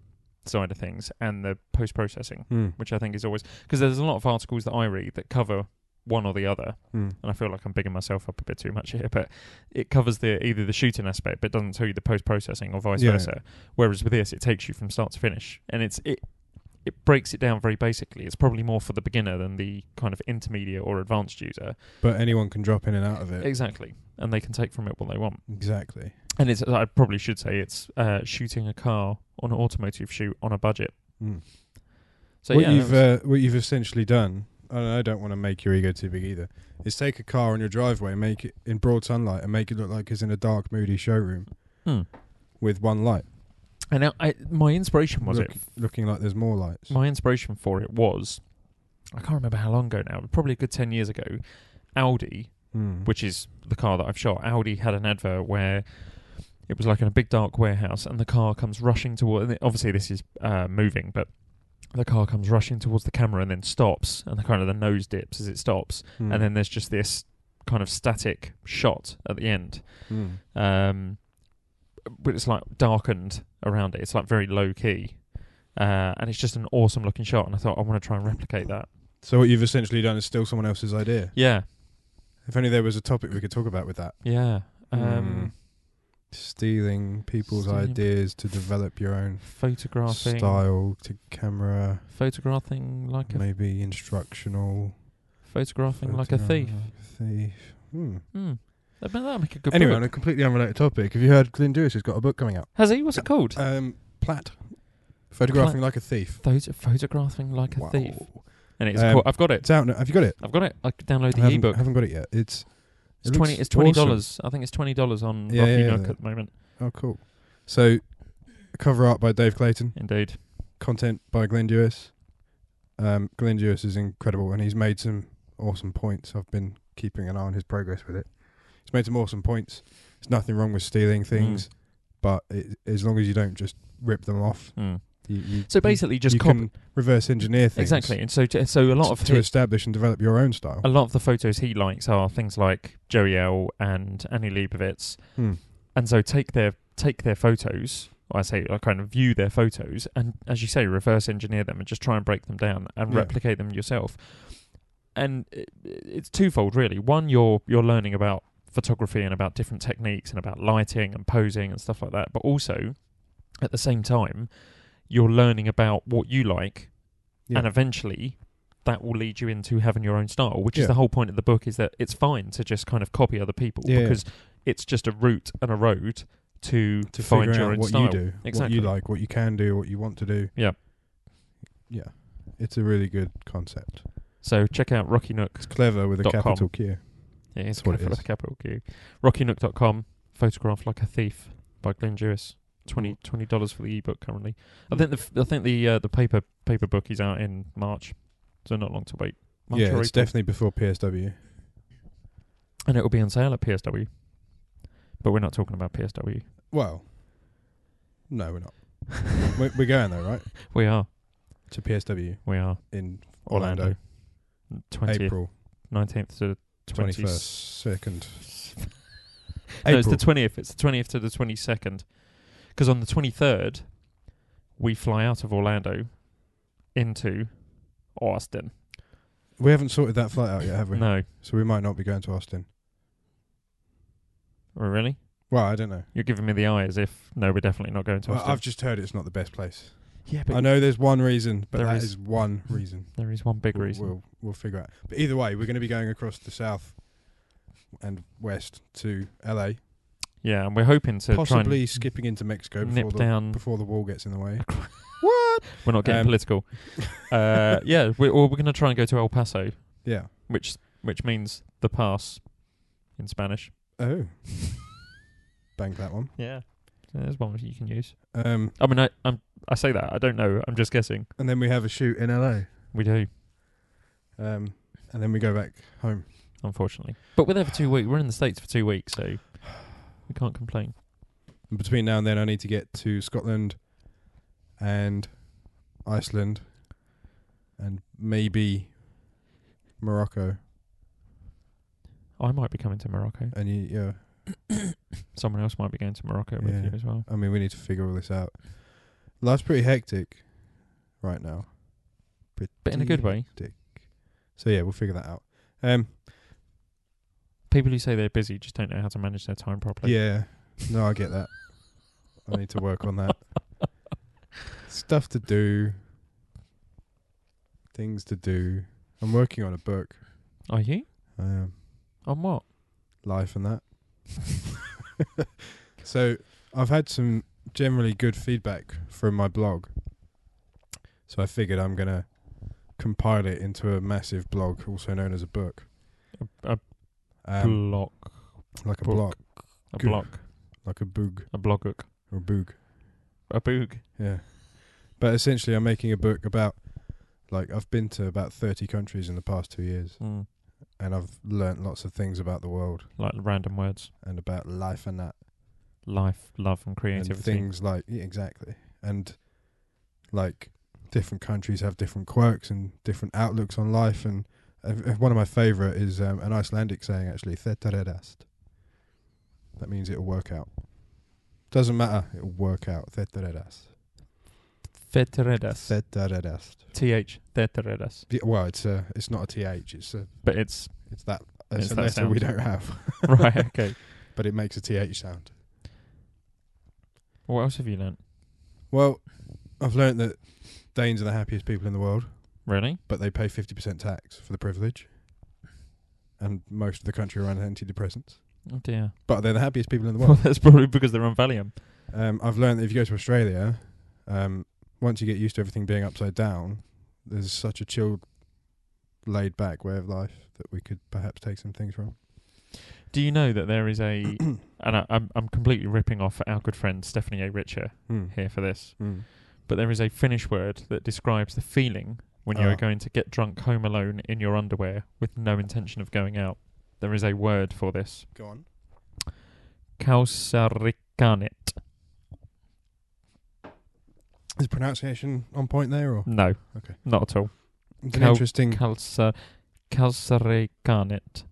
side of things and the post processing,
Mm.
which I think is always because there's a lot of articles that I read that cover one or the other,
Mm.
and I feel like I'm bigging myself up a bit too much here, but it covers the either the shooting aspect, but doesn't tell you the post processing or vice
Yeah.
versa. Whereas with this, it takes you from start to finish, and it's it it breaks it down very basically. It's probably more for the beginner than the kind of intermediate or advanced user.
But anyone can drop in and out of it.
Exactly, and they can take from it what they want.
exactly.
And it's I probably should say it's uh, shooting a car on an automotive shoot on a budget.
Mm.
So
what
yeah,
you've
that was-
uh, what you've essentially done, and I don't want to make your ego too big either, is take a car on your driveway, make it in broad sunlight, and make it look like it's in a dark, moody showroom
Hmm.
with one light,
and I, I, my inspiration was
look-
it
looking like there's more lights.
my inspiration for it was I can't remember how long ago now, but probably a good 10 years ago. Audi,
Hmm.
which is the car that I've shot, Audi had an advert where it was like in a big dark warehouse and the car comes rushing toward. And obviously, this is uh, moving, but the car comes rushing towards the camera and then stops, and the kind of the nose dips as it stops,
Hmm.
and then there's just this kind of static shot at the end.
Hmm.
Um, but it's like darkened around it. It's like very low key, uh, and it's just an awesome looking shot. And I thought I want to try and replicate that.
So what you've essentially done is still someone else's idea.
Yeah,
If only there was a topic we could talk about with that. Hmm.
yeah. Um,
Stealing people's
Stealing-
ideas to develop your
Hmm.
own
Photographing,
style to camera,
photographing like a
maybe instructional.
photographing like a thief.
photograph, Thief. Hmm.
Hmm. I bet that'll make a good
anyway,
book.
on a completely unrelated topic, have you heard Glyn Dewis has got a book coming out?
Has he? What's it called?
Um, Platt. Photographing like a thief.
Photo- photographing like a
Wow.
thief, and it's
Um,
called, I've got it.
It's out now. Have you got it?
I've got it. I could download
I
the
haven't,
ebook.
haven't got it yet. It's
It's
it
twenty.
looks
It's twenty
awesome.
dollars. I think it's twenty dollars on
Yeah,
Rocky
yeah,
Nook
yeah.
at the moment.
Oh, cool. So, cover art by Dave Clayton.
Indeed.
Content by Glenn Dewis. Um, Glenn Dewis is incredible, and he's made some awesome points. I've been keeping an eye on his progress with it. He's made some awesome points.
Mm.
There's nothing wrong with stealing things, but it, as long as you don't just rip them off,
Mm.
You, you,
So basically,
you,
just
you
copy
can reverse engineer things
exactly, and so to, so a lot of
to
his-
establish and develop your own style.
a lot of the photos he likes are things like Joey L and Annie Leibovitz,
Hmm.
and so take their take their photos. Or I say I kind of view their photos, and as you say, reverse engineer them and just try and break them down and
Yeah.
replicate them yourself. And it, it's twofold, really. One, you're you're learning about photography and about different techniques and about lighting and posing and stuff like that, but also at the same time, you're learning about what you like,
Yeah.
and eventually that will lead you into having your own style, which
Yeah.
is the whole point of the book is that it's fine to just kind of copy other people
Yeah, yeah.
because it's just a route and a road to,
to
find
figure
your
out
own
what
style.
you do, what
Exactly.
you like, what you can do, what you want to do.
Yeah.
yeah, it's a really good concept.
So check out Rocky Nook.
It's clever with a
Dot com.
capital Q.
It is
That's what it
capital,
is.
capital Q. RockyNook.com. Photograph like a thief by Glenn Jewis. 20 dollars for the ebook currently.
Mm.
I think the f- I think the uh, the paper paper book is out in March, so not long to wait. March
Yeah,
or
it's
April.
definitely before PSW.
and it will be on sale at PSW. But we're not talking about PSW.
Well,
[LAUGHS]
no, we're not. we're, we're going though, right?
We are.
To PSW
We are.
in Orlando,
Twentieth,
April
nineteenth to the
twenty
twenty
first, second.
No, it's
April.
the twentieth. It's the twentieth to the twenty second. Because on the twenty third, we fly out of Orlando into Austin.
we haven't sorted that flight out yet, have we?
No,
So we might not be going to Austin.
oh, really?
Well, I don't know.
You're giving me the eye as if no, we're definitely not going to
Well,
Austin.
I've just heard it's not the best place.
yeah,
I
but
know there's one reason, but
There
that
is.
is one reason.
there is one big
we'll,
reason.
We'll we'll figure out. But either way, we're going to be going across the south and west to LA,
yeah, and we're hoping to
possibly skipping into Mexico
try and
before
nip
the
down.
before the wall gets in the way.
We're not getting
Um, [LAUGHS]
political. uh, yeah, we're, or we're going to try and go to El Paso,
Yeah.
which which means the pass in Spanish. [LAUGHS]
Oh. Bank that one.
Yeah, there's one you can use.
Um,
I mean, I I'm, I say that I don't know. I'm just guessing.
and then we have a shoot in LA.
We do,
Um, and then we go back home.
unfortunately. But we're there for two weeks. We're in the states for two weeks, so we can't complain.
And between now and then, I need to get to Scotland and Iceland and maybe Morocco.
I might be coming to Morocco.
And you, yeah,
Someone else might be going to Morocco with
Yeah.
you as well.
I mean, we need to figure all this out. Life's pretty hectic right now. Pretty
But in a good way.
Hectic. So yeah, we'll figure that out. Um,
People who say they're busy just don't know how to manage their time properly.
yeah. No, I get that. I need to work
[LAUGHS]
on that. Stuff to do. Things to do. I'm working on a book.
Are you
Um,
on what?
life and that. [LAUGHS] so I've had some generally good feedback from my blog. So I figured I'm going to compile it into a massive blog, also known as a book.
A
Um,
block.
like a
book.
blog,
A
good.
block.
like a boog
A blogger.
or boog.
A boog.
Yeah. But essentially, I'm making a book about, like, I've been to about 30 countries in the past two years,
Mm.
and I've learnt lots of things about the world
Like random words.
and about life and that.
Life, love, and
and
creativity.
things like yeah, exactly and like different countries have different quirks and different outlooks on life and uh, uh, one of my favorite is um, an Icelandic saying actually "Þettaredast." that means it'll work out doesn't matter it'll work out "Þettaredast."
Veteredas.
"Þettaredast."
Th. Veteredas.
Yeah, well it's a, it's not a th it's a
But it's [LAUGHS]
it's that
It's
it's, a
that
letter we
sound.
don't have
right. Okay.
but it makes a th sound
What else have you learnt?
well i've learned that danes are the happiest people in the world
Really?
but they pay 50% tax for the privilege. And most of the country are on antidepressants.
Oh dear.
But they're the happiest people in
[LAUGHS]
the
Well,
world.
that's probably because they're on Valium.
um, I've learned that if you go to Australia, um, once you get used to everything being upside down, there's such a chilled, laid back way of life that we could perhaps take some things from.
Do you know that there is
[CLEARS THROAT]
a, and I, I'm I'm completely ripping off our good friend Stephanie A. Richer
Hmm.
here for this,
Hmm.
but there is a Finnish word that describes the feeling when you
Ah.
are going to get drunk home alone in your underwear with no intention of going out. There is a word for this.
Go on.
Kausarikanet.
Is pronunciation on point there, or
No.
Okay.
Not at all.
it's an
Cal-
interesting?
Calcer, calcere garnet.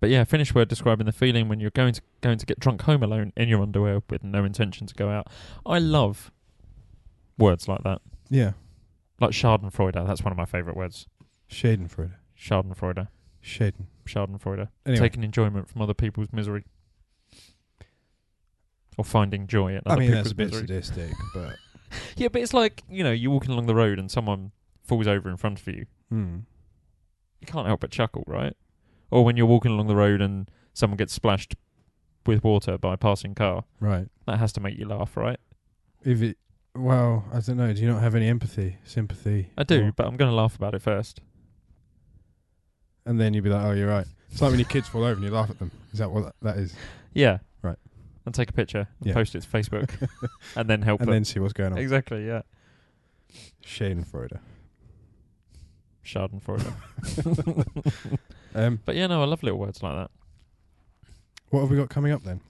But yeah, Finnish word describing the feeling when you're going to going to get drunk home alone in your underwear with no intention to go out. I love words like that.
yeah,
Like Schadenfreude. That's one of my favourite words.
Schadenfreude.
Schadenfreude.
Shaden.
Schadenfreude.
Anyway,
Taking enjoyment from other people's misery. Or finding joy at
I
other
mean
people's
that's a bit
misery.
sadistic, but
Yeah, but it's like, you know, you're walking along the road and someone falls over in front of you.
mm.
you can't help but chuckle, right? Or when you're walking along the road and someone gets splashed with water by a passing car,
right.
that has to make you laugh, right?
If it, well, I don't know. Do you not have any empathy, sympathy?
I do,
or-
but I'm going to laugh about it first.
and then you'd be like, oh, you're right. It's like when your kids fall over and you laugh at them. Is that what that, that is?
Yeah.
Right.
And take a picture and
Yeah.
post it to Facebook
[LAUGHS]
and then help
and
them.
then see what's going on.
Exactly, yeah.
Schadenfreude.
Schadenfreude.
Um,
but yeah, no, I love little words like that.
what have we got coming up then?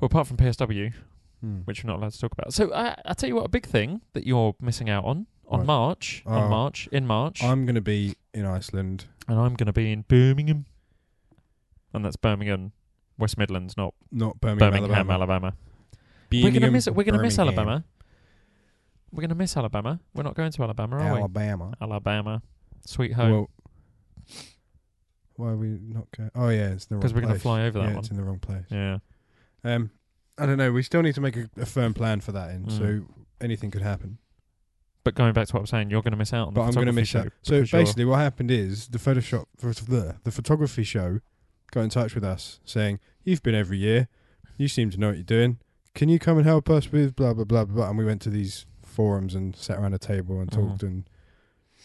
Well, apart from PSW,
Hmm.
which we're not allowed to talk about. So I, I tell you what, a big thing that you're missing out on on
Right.
March,
Oh.
on March, in March,
I'm going to be in Iceland.
and I'm going to be in Birmingham. And that's Birmingham, West Midlands, not
Not Birmingham,
Birmingham, Alabama.
Alabama.
We're gonna
Birmingham,
miss. We're gonna miss
Birmingham,
Alabama. We're gonna miss Alabama. We're not going to Alabama, are we?
Alabama.
Alabama, sweet home.
Well, why are we not going? Oh yeah, it's in the wrong.
'Cause we're
going
gonna
to
fly over that
yeah,
one.
It's in the wrong place.
yeah.
Um, I don't know. We still need to make a, a firm plan for that. In
Mm.
so anything could happen.
But going back to what I'm saying, you're gonna miss out on.
but
the
I'm going to miss
photography
out.
show
So
because you're-
basically, what happened is the Photoshop, the the photography show, got in touch with us saying, "You've been every year. You seem to know what you're doing. Can you come and help us with blah blah blah blah?" blah?" And we went to these forums and sat around a table and
Mhm.
talked and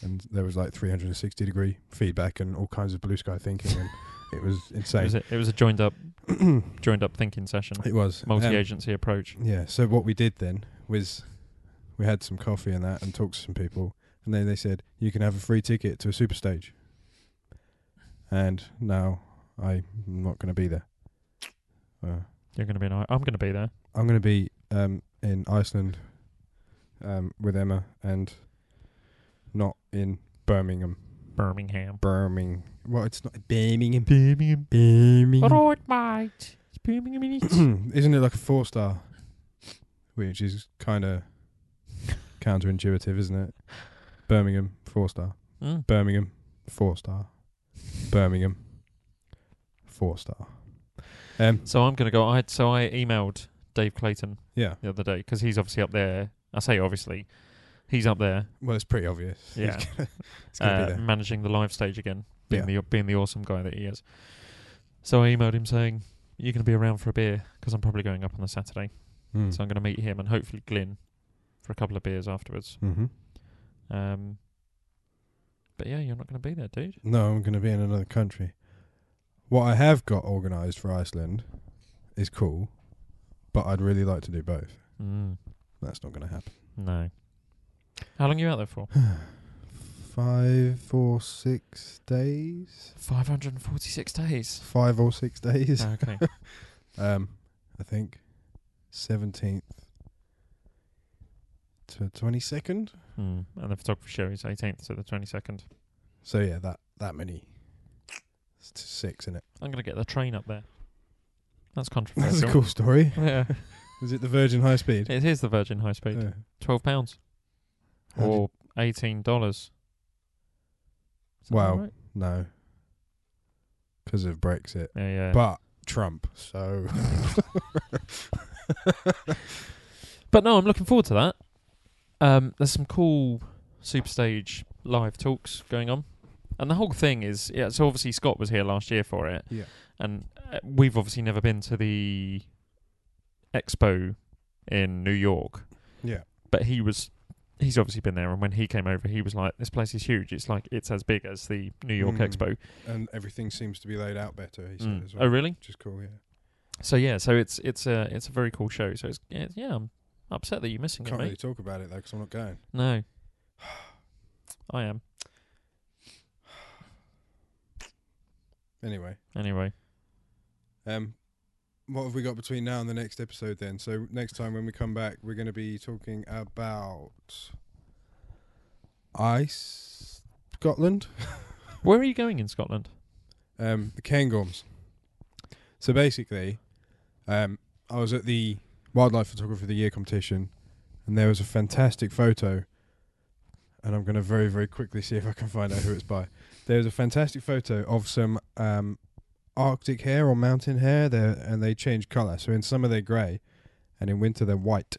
and there was like 360 degree feedback and all kinds of blue sky thinking and it was
[LAUGHS] it
insane.
was, a, it was a joined up, joined up thinking session,
[CLEARS THROAT] It was Um,
multi agency approach.
yeah. So what we did then was we had some coffee and that and talked to some people, and then they said you can have a free ticket to a super stage. And now I'm not going to be there. Uh,
You're gonna be. In, I- I'm gonna be there.
I'm going to be um, in Iceland um, with Emma and not in Birmingham.
Birmingham.
Birmingham. Well, it's not Birmingham.
Birmingham.
Birmingham.
Alright, mate. It's Birmingham in it.
[CLEARS THROAT] [COUGHS] Isn't it like a four star? Which is kind of counterintuitive, isn't it? Birmingham, four star.
Mm.
Birmingham, four star. Birmingham, four star. Um,
So I'm gonna go. I so I emailed Dave Clayton
yeah.
the other day because he's obviously up there. I say obviously, he's up there
Well, it's pretty obvious.
Yeah.
He's gonna- it's gonna
uh,
be there.
managing the live stage again, being
Yeah.
the being the awesome guy that he is. So I emailed him saying, "You're going to be around for a beer because I'm probably going up on the Saturday,
Mm.
so I'm going to meet him and hopefully Glyn for a couple of beers afterwards."
Mhm.
Um, but yeah, you're not going to be there, dude.
No, I'm going to be in another country. What I have got organised for Iceland is cool, but I'd really like to do both. Hmm.
Mm,
That's not going to happen.
no. How long are you out there
[LAUGHS]
for?
Five or six days?
Five hundred and forty-six days.
[LAUGHS] Five or six days?
okay.
Um, I think seventeenth to twenty second.
Mm, and the photography show is 18th to the 22nd.
So yeah, that that many. It's t- six in it.
I'm going to get the train up there. That's
That's
controversial.
a cool story.
[LAUGHS] Yeah,
[LAUGHS] Is it the Virgin High Speed?
it is the Virgin High Speed.
Yeah.
twelve pounds
How did-
or eighteen dollars.
Wow. no, because of Brexit,
Yeah, yeah. But,
but Trump.
[LAUGHS]
So
no, I'm looking forward to that. Um, there's some cool Superstage live talks going on, and the whole thing is yeah. So obviously Scott was here last year for it,
Yeah.
and uh, we've obviously never been to the expo in New York,
yeah,
but he was. He's obviously been there, and when he came over, he was like, "This place is huge. It's like it's as big as the New York
Mm.
Expo."
and everything seems to be laid out better. He said
Mm.
as well.
Oh, really?
Which is cool. Yeah,
So yeah, so it's it's a it's a very cool show. So it's yeah, it's- yeah I'm upset that you're missing
can't
it,
really
mate.
talk about it though because I'm not going.
No, [SIGHS] I am
Anyway,
anyway.
um, what have we got between now and the next episode then? So next time when we come back, we're going to be talking about ice Scotland,
Where are you going in Scotland?
um, the Cairngorms. So basically, um, I was at the Wildlife Photographer of the Year competition, and there was a fantastic photo. And I'm going to very very quickly see if I can find out who it's by. There was a fantastic photo of some um, Arctic hare or mountain hare there, and they change colour. So in summer they're grey, and in winter they're white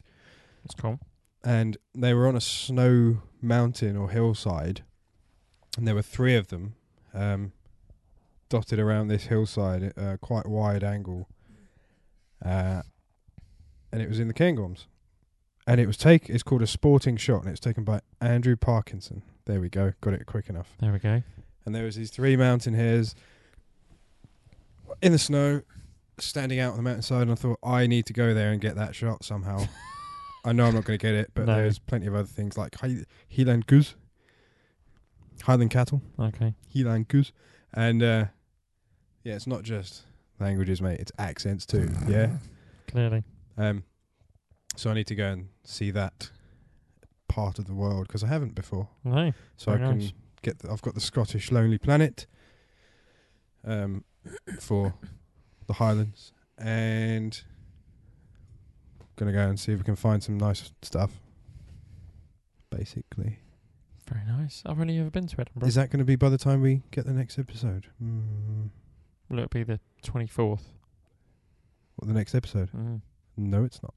It's cool.
and they were on a snow mountain or hillside, and there were three of them um, dotted around this hillside at a quite wide angle, uh, and it was in the Cairngorms, and it was take. It's called a sporting shot, and it's taken by Andrew Parkinson. There we go, got it quick enough
There we go.
and there was these three mountain hares in the snow standing out on the mountainside and i thought i need to go there and get that shot somehow i know i'm not going to get it but
No.
there's plenty of other things like Hi- highland goose highland cattle
Okay.
highland goose and uh, yeah it's not just languages mate it's accents too yeah
Clearly.
um, so i need to go and see that part of the world because i haven't before
No.
so
Very
I can
nice.
get. The, I've got the Scottish Lonely Planet, um, for the Highlands, and gonna go and see if we can find some nice stuff. Basically,
Very nice. I've only ever been to Edinburgh.
is that going to be by the time we get the next episode? Mm,
Will it be the 24th?
what the next episode?
Mm.
No, it's not.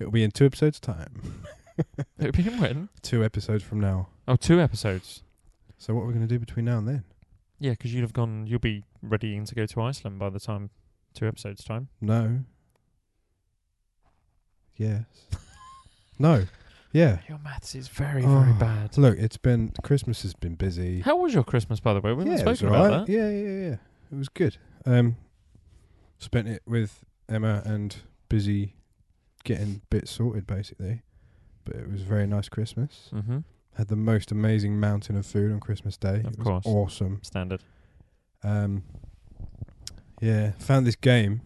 It'll be in two episodes' time. [LAUGHS]
It'll be in when?
two episodes from now.
Oh, two episodes.
So what are we going to do between now and then?
Yeah, 'cause you'd have gone, you'll be readying to go to Iceland by the time two episodes time.
No. Yes.
[LAUGHS]
no. Yeah.
Your maths is very, very
very
bad.
Look, it's been Christmas has been busy.
Oh. How was your Christmas, by the way? We
yeah,
haven't
it was
spoken about
alright.
that.
Yeah, yeah, yeah. It was good. Um, spent it with Emma and busy getting bits sorted basically, but it was a very nice Christmas.
Mm-hmm.
Had the most amazing mountain of food on Christmas Day.
Of
it was
course.
awesome.
Standard.
Um, yeah, found this game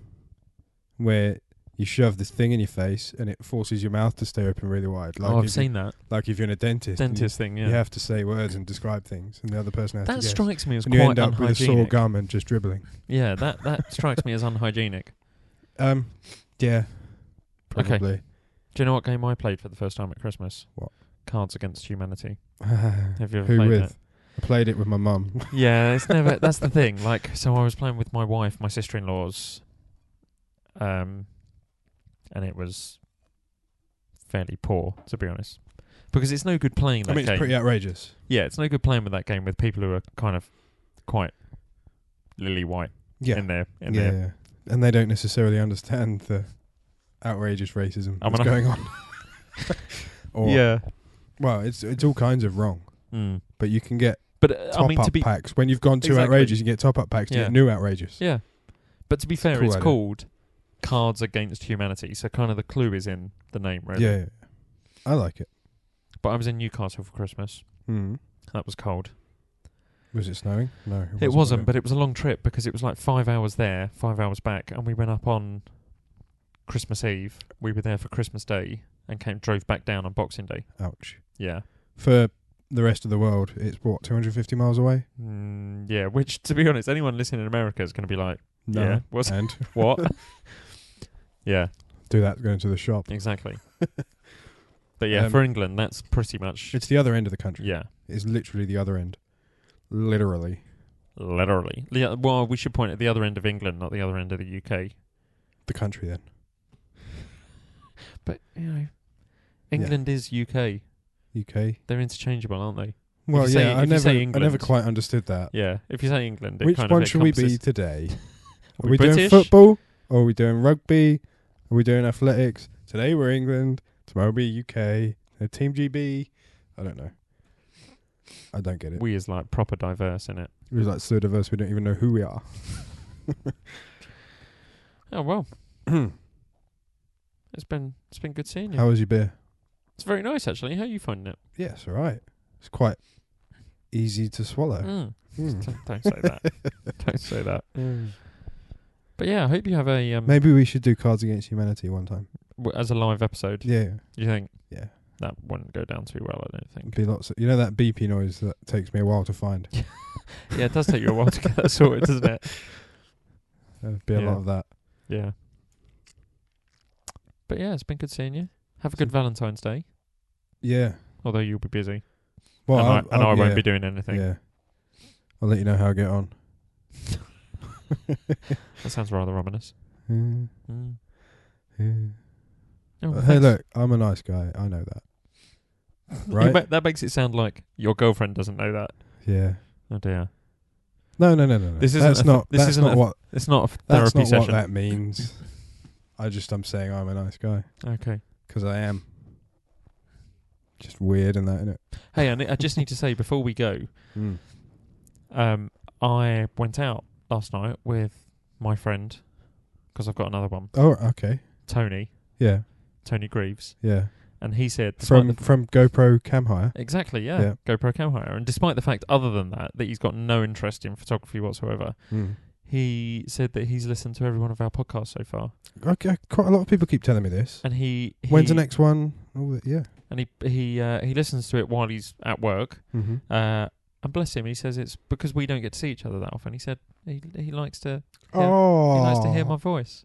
where you shove this thing in your face and it forces your mouth to stay open really wide. Like
oh,
if you-
I've seen that.
like if you're in a dentist, and you-
Dentist thing, yeah.
You have to say words and describe things, and the other person has
that
to guess.
strikes me as
and
quite
you end up with a
unhygienic.
sore gum and just dribbling.
yeah, that,
[LAUGHS]
that strikes me as unhygienic.
Um, yeah,
Okay. [LAUGHS]
probably.
Do you know what game I played for the first time at Christmas?
What?
Cards Against Humanity. Have you ever
Who
played
with?
it?
I played it with my mum.
yeah, it's never. That's the thing. Like, so I was playing with my wife, my sister in laws, um, and it was fairly poor, to be honest, because it's no good playing that
I mean,
game.
it's pretty outrageous.
yeah, it's no good playing with that game with people who are kind of quite lily white
Yeah,
in their in
yeah,
their
yeah. and they don't necessarily understand the outrageous racism
I'm
that's
gonna-
going
[LAUGHS]
on. or, well, it's it's all kinds of wrong.
Mm.
But you can get
But uh,
top
I mean,
up
to be
packs when you've gone too
Exactly.
outrageous. You get top up packs to
Yeah.
get new outrageous.
yeah, but to be fair,
cool
it's
idea.
called Cards Against Humanity. So kind of the clue is in the name, really.
yeah, yeah. I like it.
But I was in Newcastle for Christmas.
Mm.
That was cold.
Was it snowing? No,
It wasn't,
was
but it was a long trip because it was like five hours there, five hours back, and we went up on Christmas Eve. We were there for Christmas Day and came drove back down on Boxing Day.
it? Ouch.
Yeah,
For the rest of the world, it's what 250 miles away.
mm, yeah. Which, to be honest, anyone listening in America is going to be like, [LAUGHS] "Yeah, what's
and
what?" yeah,
do that going to the shop. [LAUGHS]
exactly. but yeah,
Um,
for England, that's pretty much
It's the other end of the country.
yeah,
It's literally the other end. Literally.
literally. Yeah, well, we should point at the other end of England, not the other end of the UK.
The country then.
But you know, England is UK.
UK.
They're interchangeable, aren't they?
Well,
you
yeah,
say- if
I
you
never
say
I never
England-
quite understood that.
Yeah, if you say England, it
Which
kind
one
of
should we be
encompasses- [LAUGHS]
today? Are
we
we doing
British?
football? Or are we doing rugby? Are we doing athletics? Today we're England. Tomorrow we're UK. Uh, Team GB. I don't know. I don't get it.
We is like proper diverse in it.
It was like so diverse we don't even know who
[CLEARS THROAT]
we are.
Oh well, it's been it's been good seeing you.
How was your beer?
it's very nice actually. How are you finding it?
Yeah, it's all right. It's quite easy to swallow.
Mm.
Mm. [LAUGHS]
Don't, don't say that. don't say that. But yeah, I hope you have a um,
Maybe we should do Cards Against Humanity one time.
w- as a live episode.
Yeah,
You think
yeah.
that wouldn't go down too well? I don't think.
[LAUGHS] It'd be lots. Of, you know that beepy noise that takes me a while to find.
yeah, it does take you a while to get that sorted, doesn't it?
There'd be a
Yeah.
lot of that.
Yeah. But yeah, it's been good seeing you. Have a good
So-
Valentine's Day,
Yeah.
although you'll be busy,
Well,
and, I,
I'll-
and
I'll-
I
yeah,
won't be doing anything.
Yeah. I'll let you know how I get on.
That sounds rather ominous.
Mm,
Mm.
mm.
Oh,
hey,
thanks.
look, I'm a nice guy. I know that.
You
right?
ma- that makes it sound like your girlfriend doesn't know that.
Yeah.
Oh dear,
No, no, no, no. no.
This isn't
that's
a-
not.
this
that's
isn't
not
a
what.
it's not a f-
That's
therapy
not
session.
what that means. I just I'm saying I'm a nice guy
Okay.
because I am. Just weird and that, innit?
Hey, I, ne- I just need to say before we go,
Mm.
um, I went out last night with my friend because I've got another one,
Oh, okay.
Tony,
Yeah,
Tony Greaves,
yeah.
and he said despite
From
the-
from GoPro cam hire.
Exactly, yeah. GoPro cam hire. And despite the fact, other than that, that he's got no interest in photography whatsoever,
Mm.
he said that he's listened to every one of our podcasts so far.
Okay, quite a lot of people keep telling me this.
And he, he
When's the next one? Oh, yeah.
And he he uh, he listens to it while he's at work.
Mm-hmm.
Uh, and bless him, he says it's because we don't get to see each other that often. He said he he likes to
Oh,
he likes to hear my voice.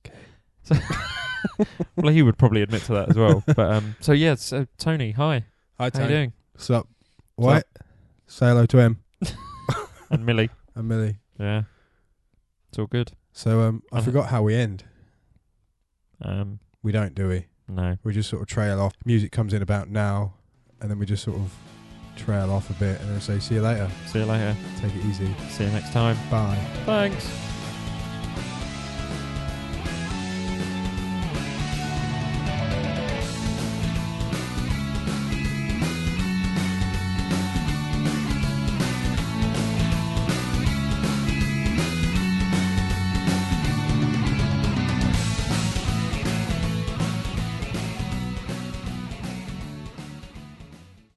So [LAUGHS] well, he would probably admit to that as well. But
[LAUGHS]
um, so yeah, so Tony, hi,
Hi,
how you
Tony.
doing?
Sup? What? Say hello to him
And Millie,
and Millie.
yeah, it's all good.
So um, I
And-
forgot how we end.
Um,
We don't, do we?
no,
We just sort of trail off. Music comes in about now, and then we just sort of trail off a bit, and then say, "See you later.
see you later.
Take it easy.
See you next time.
Bye."
Thanks.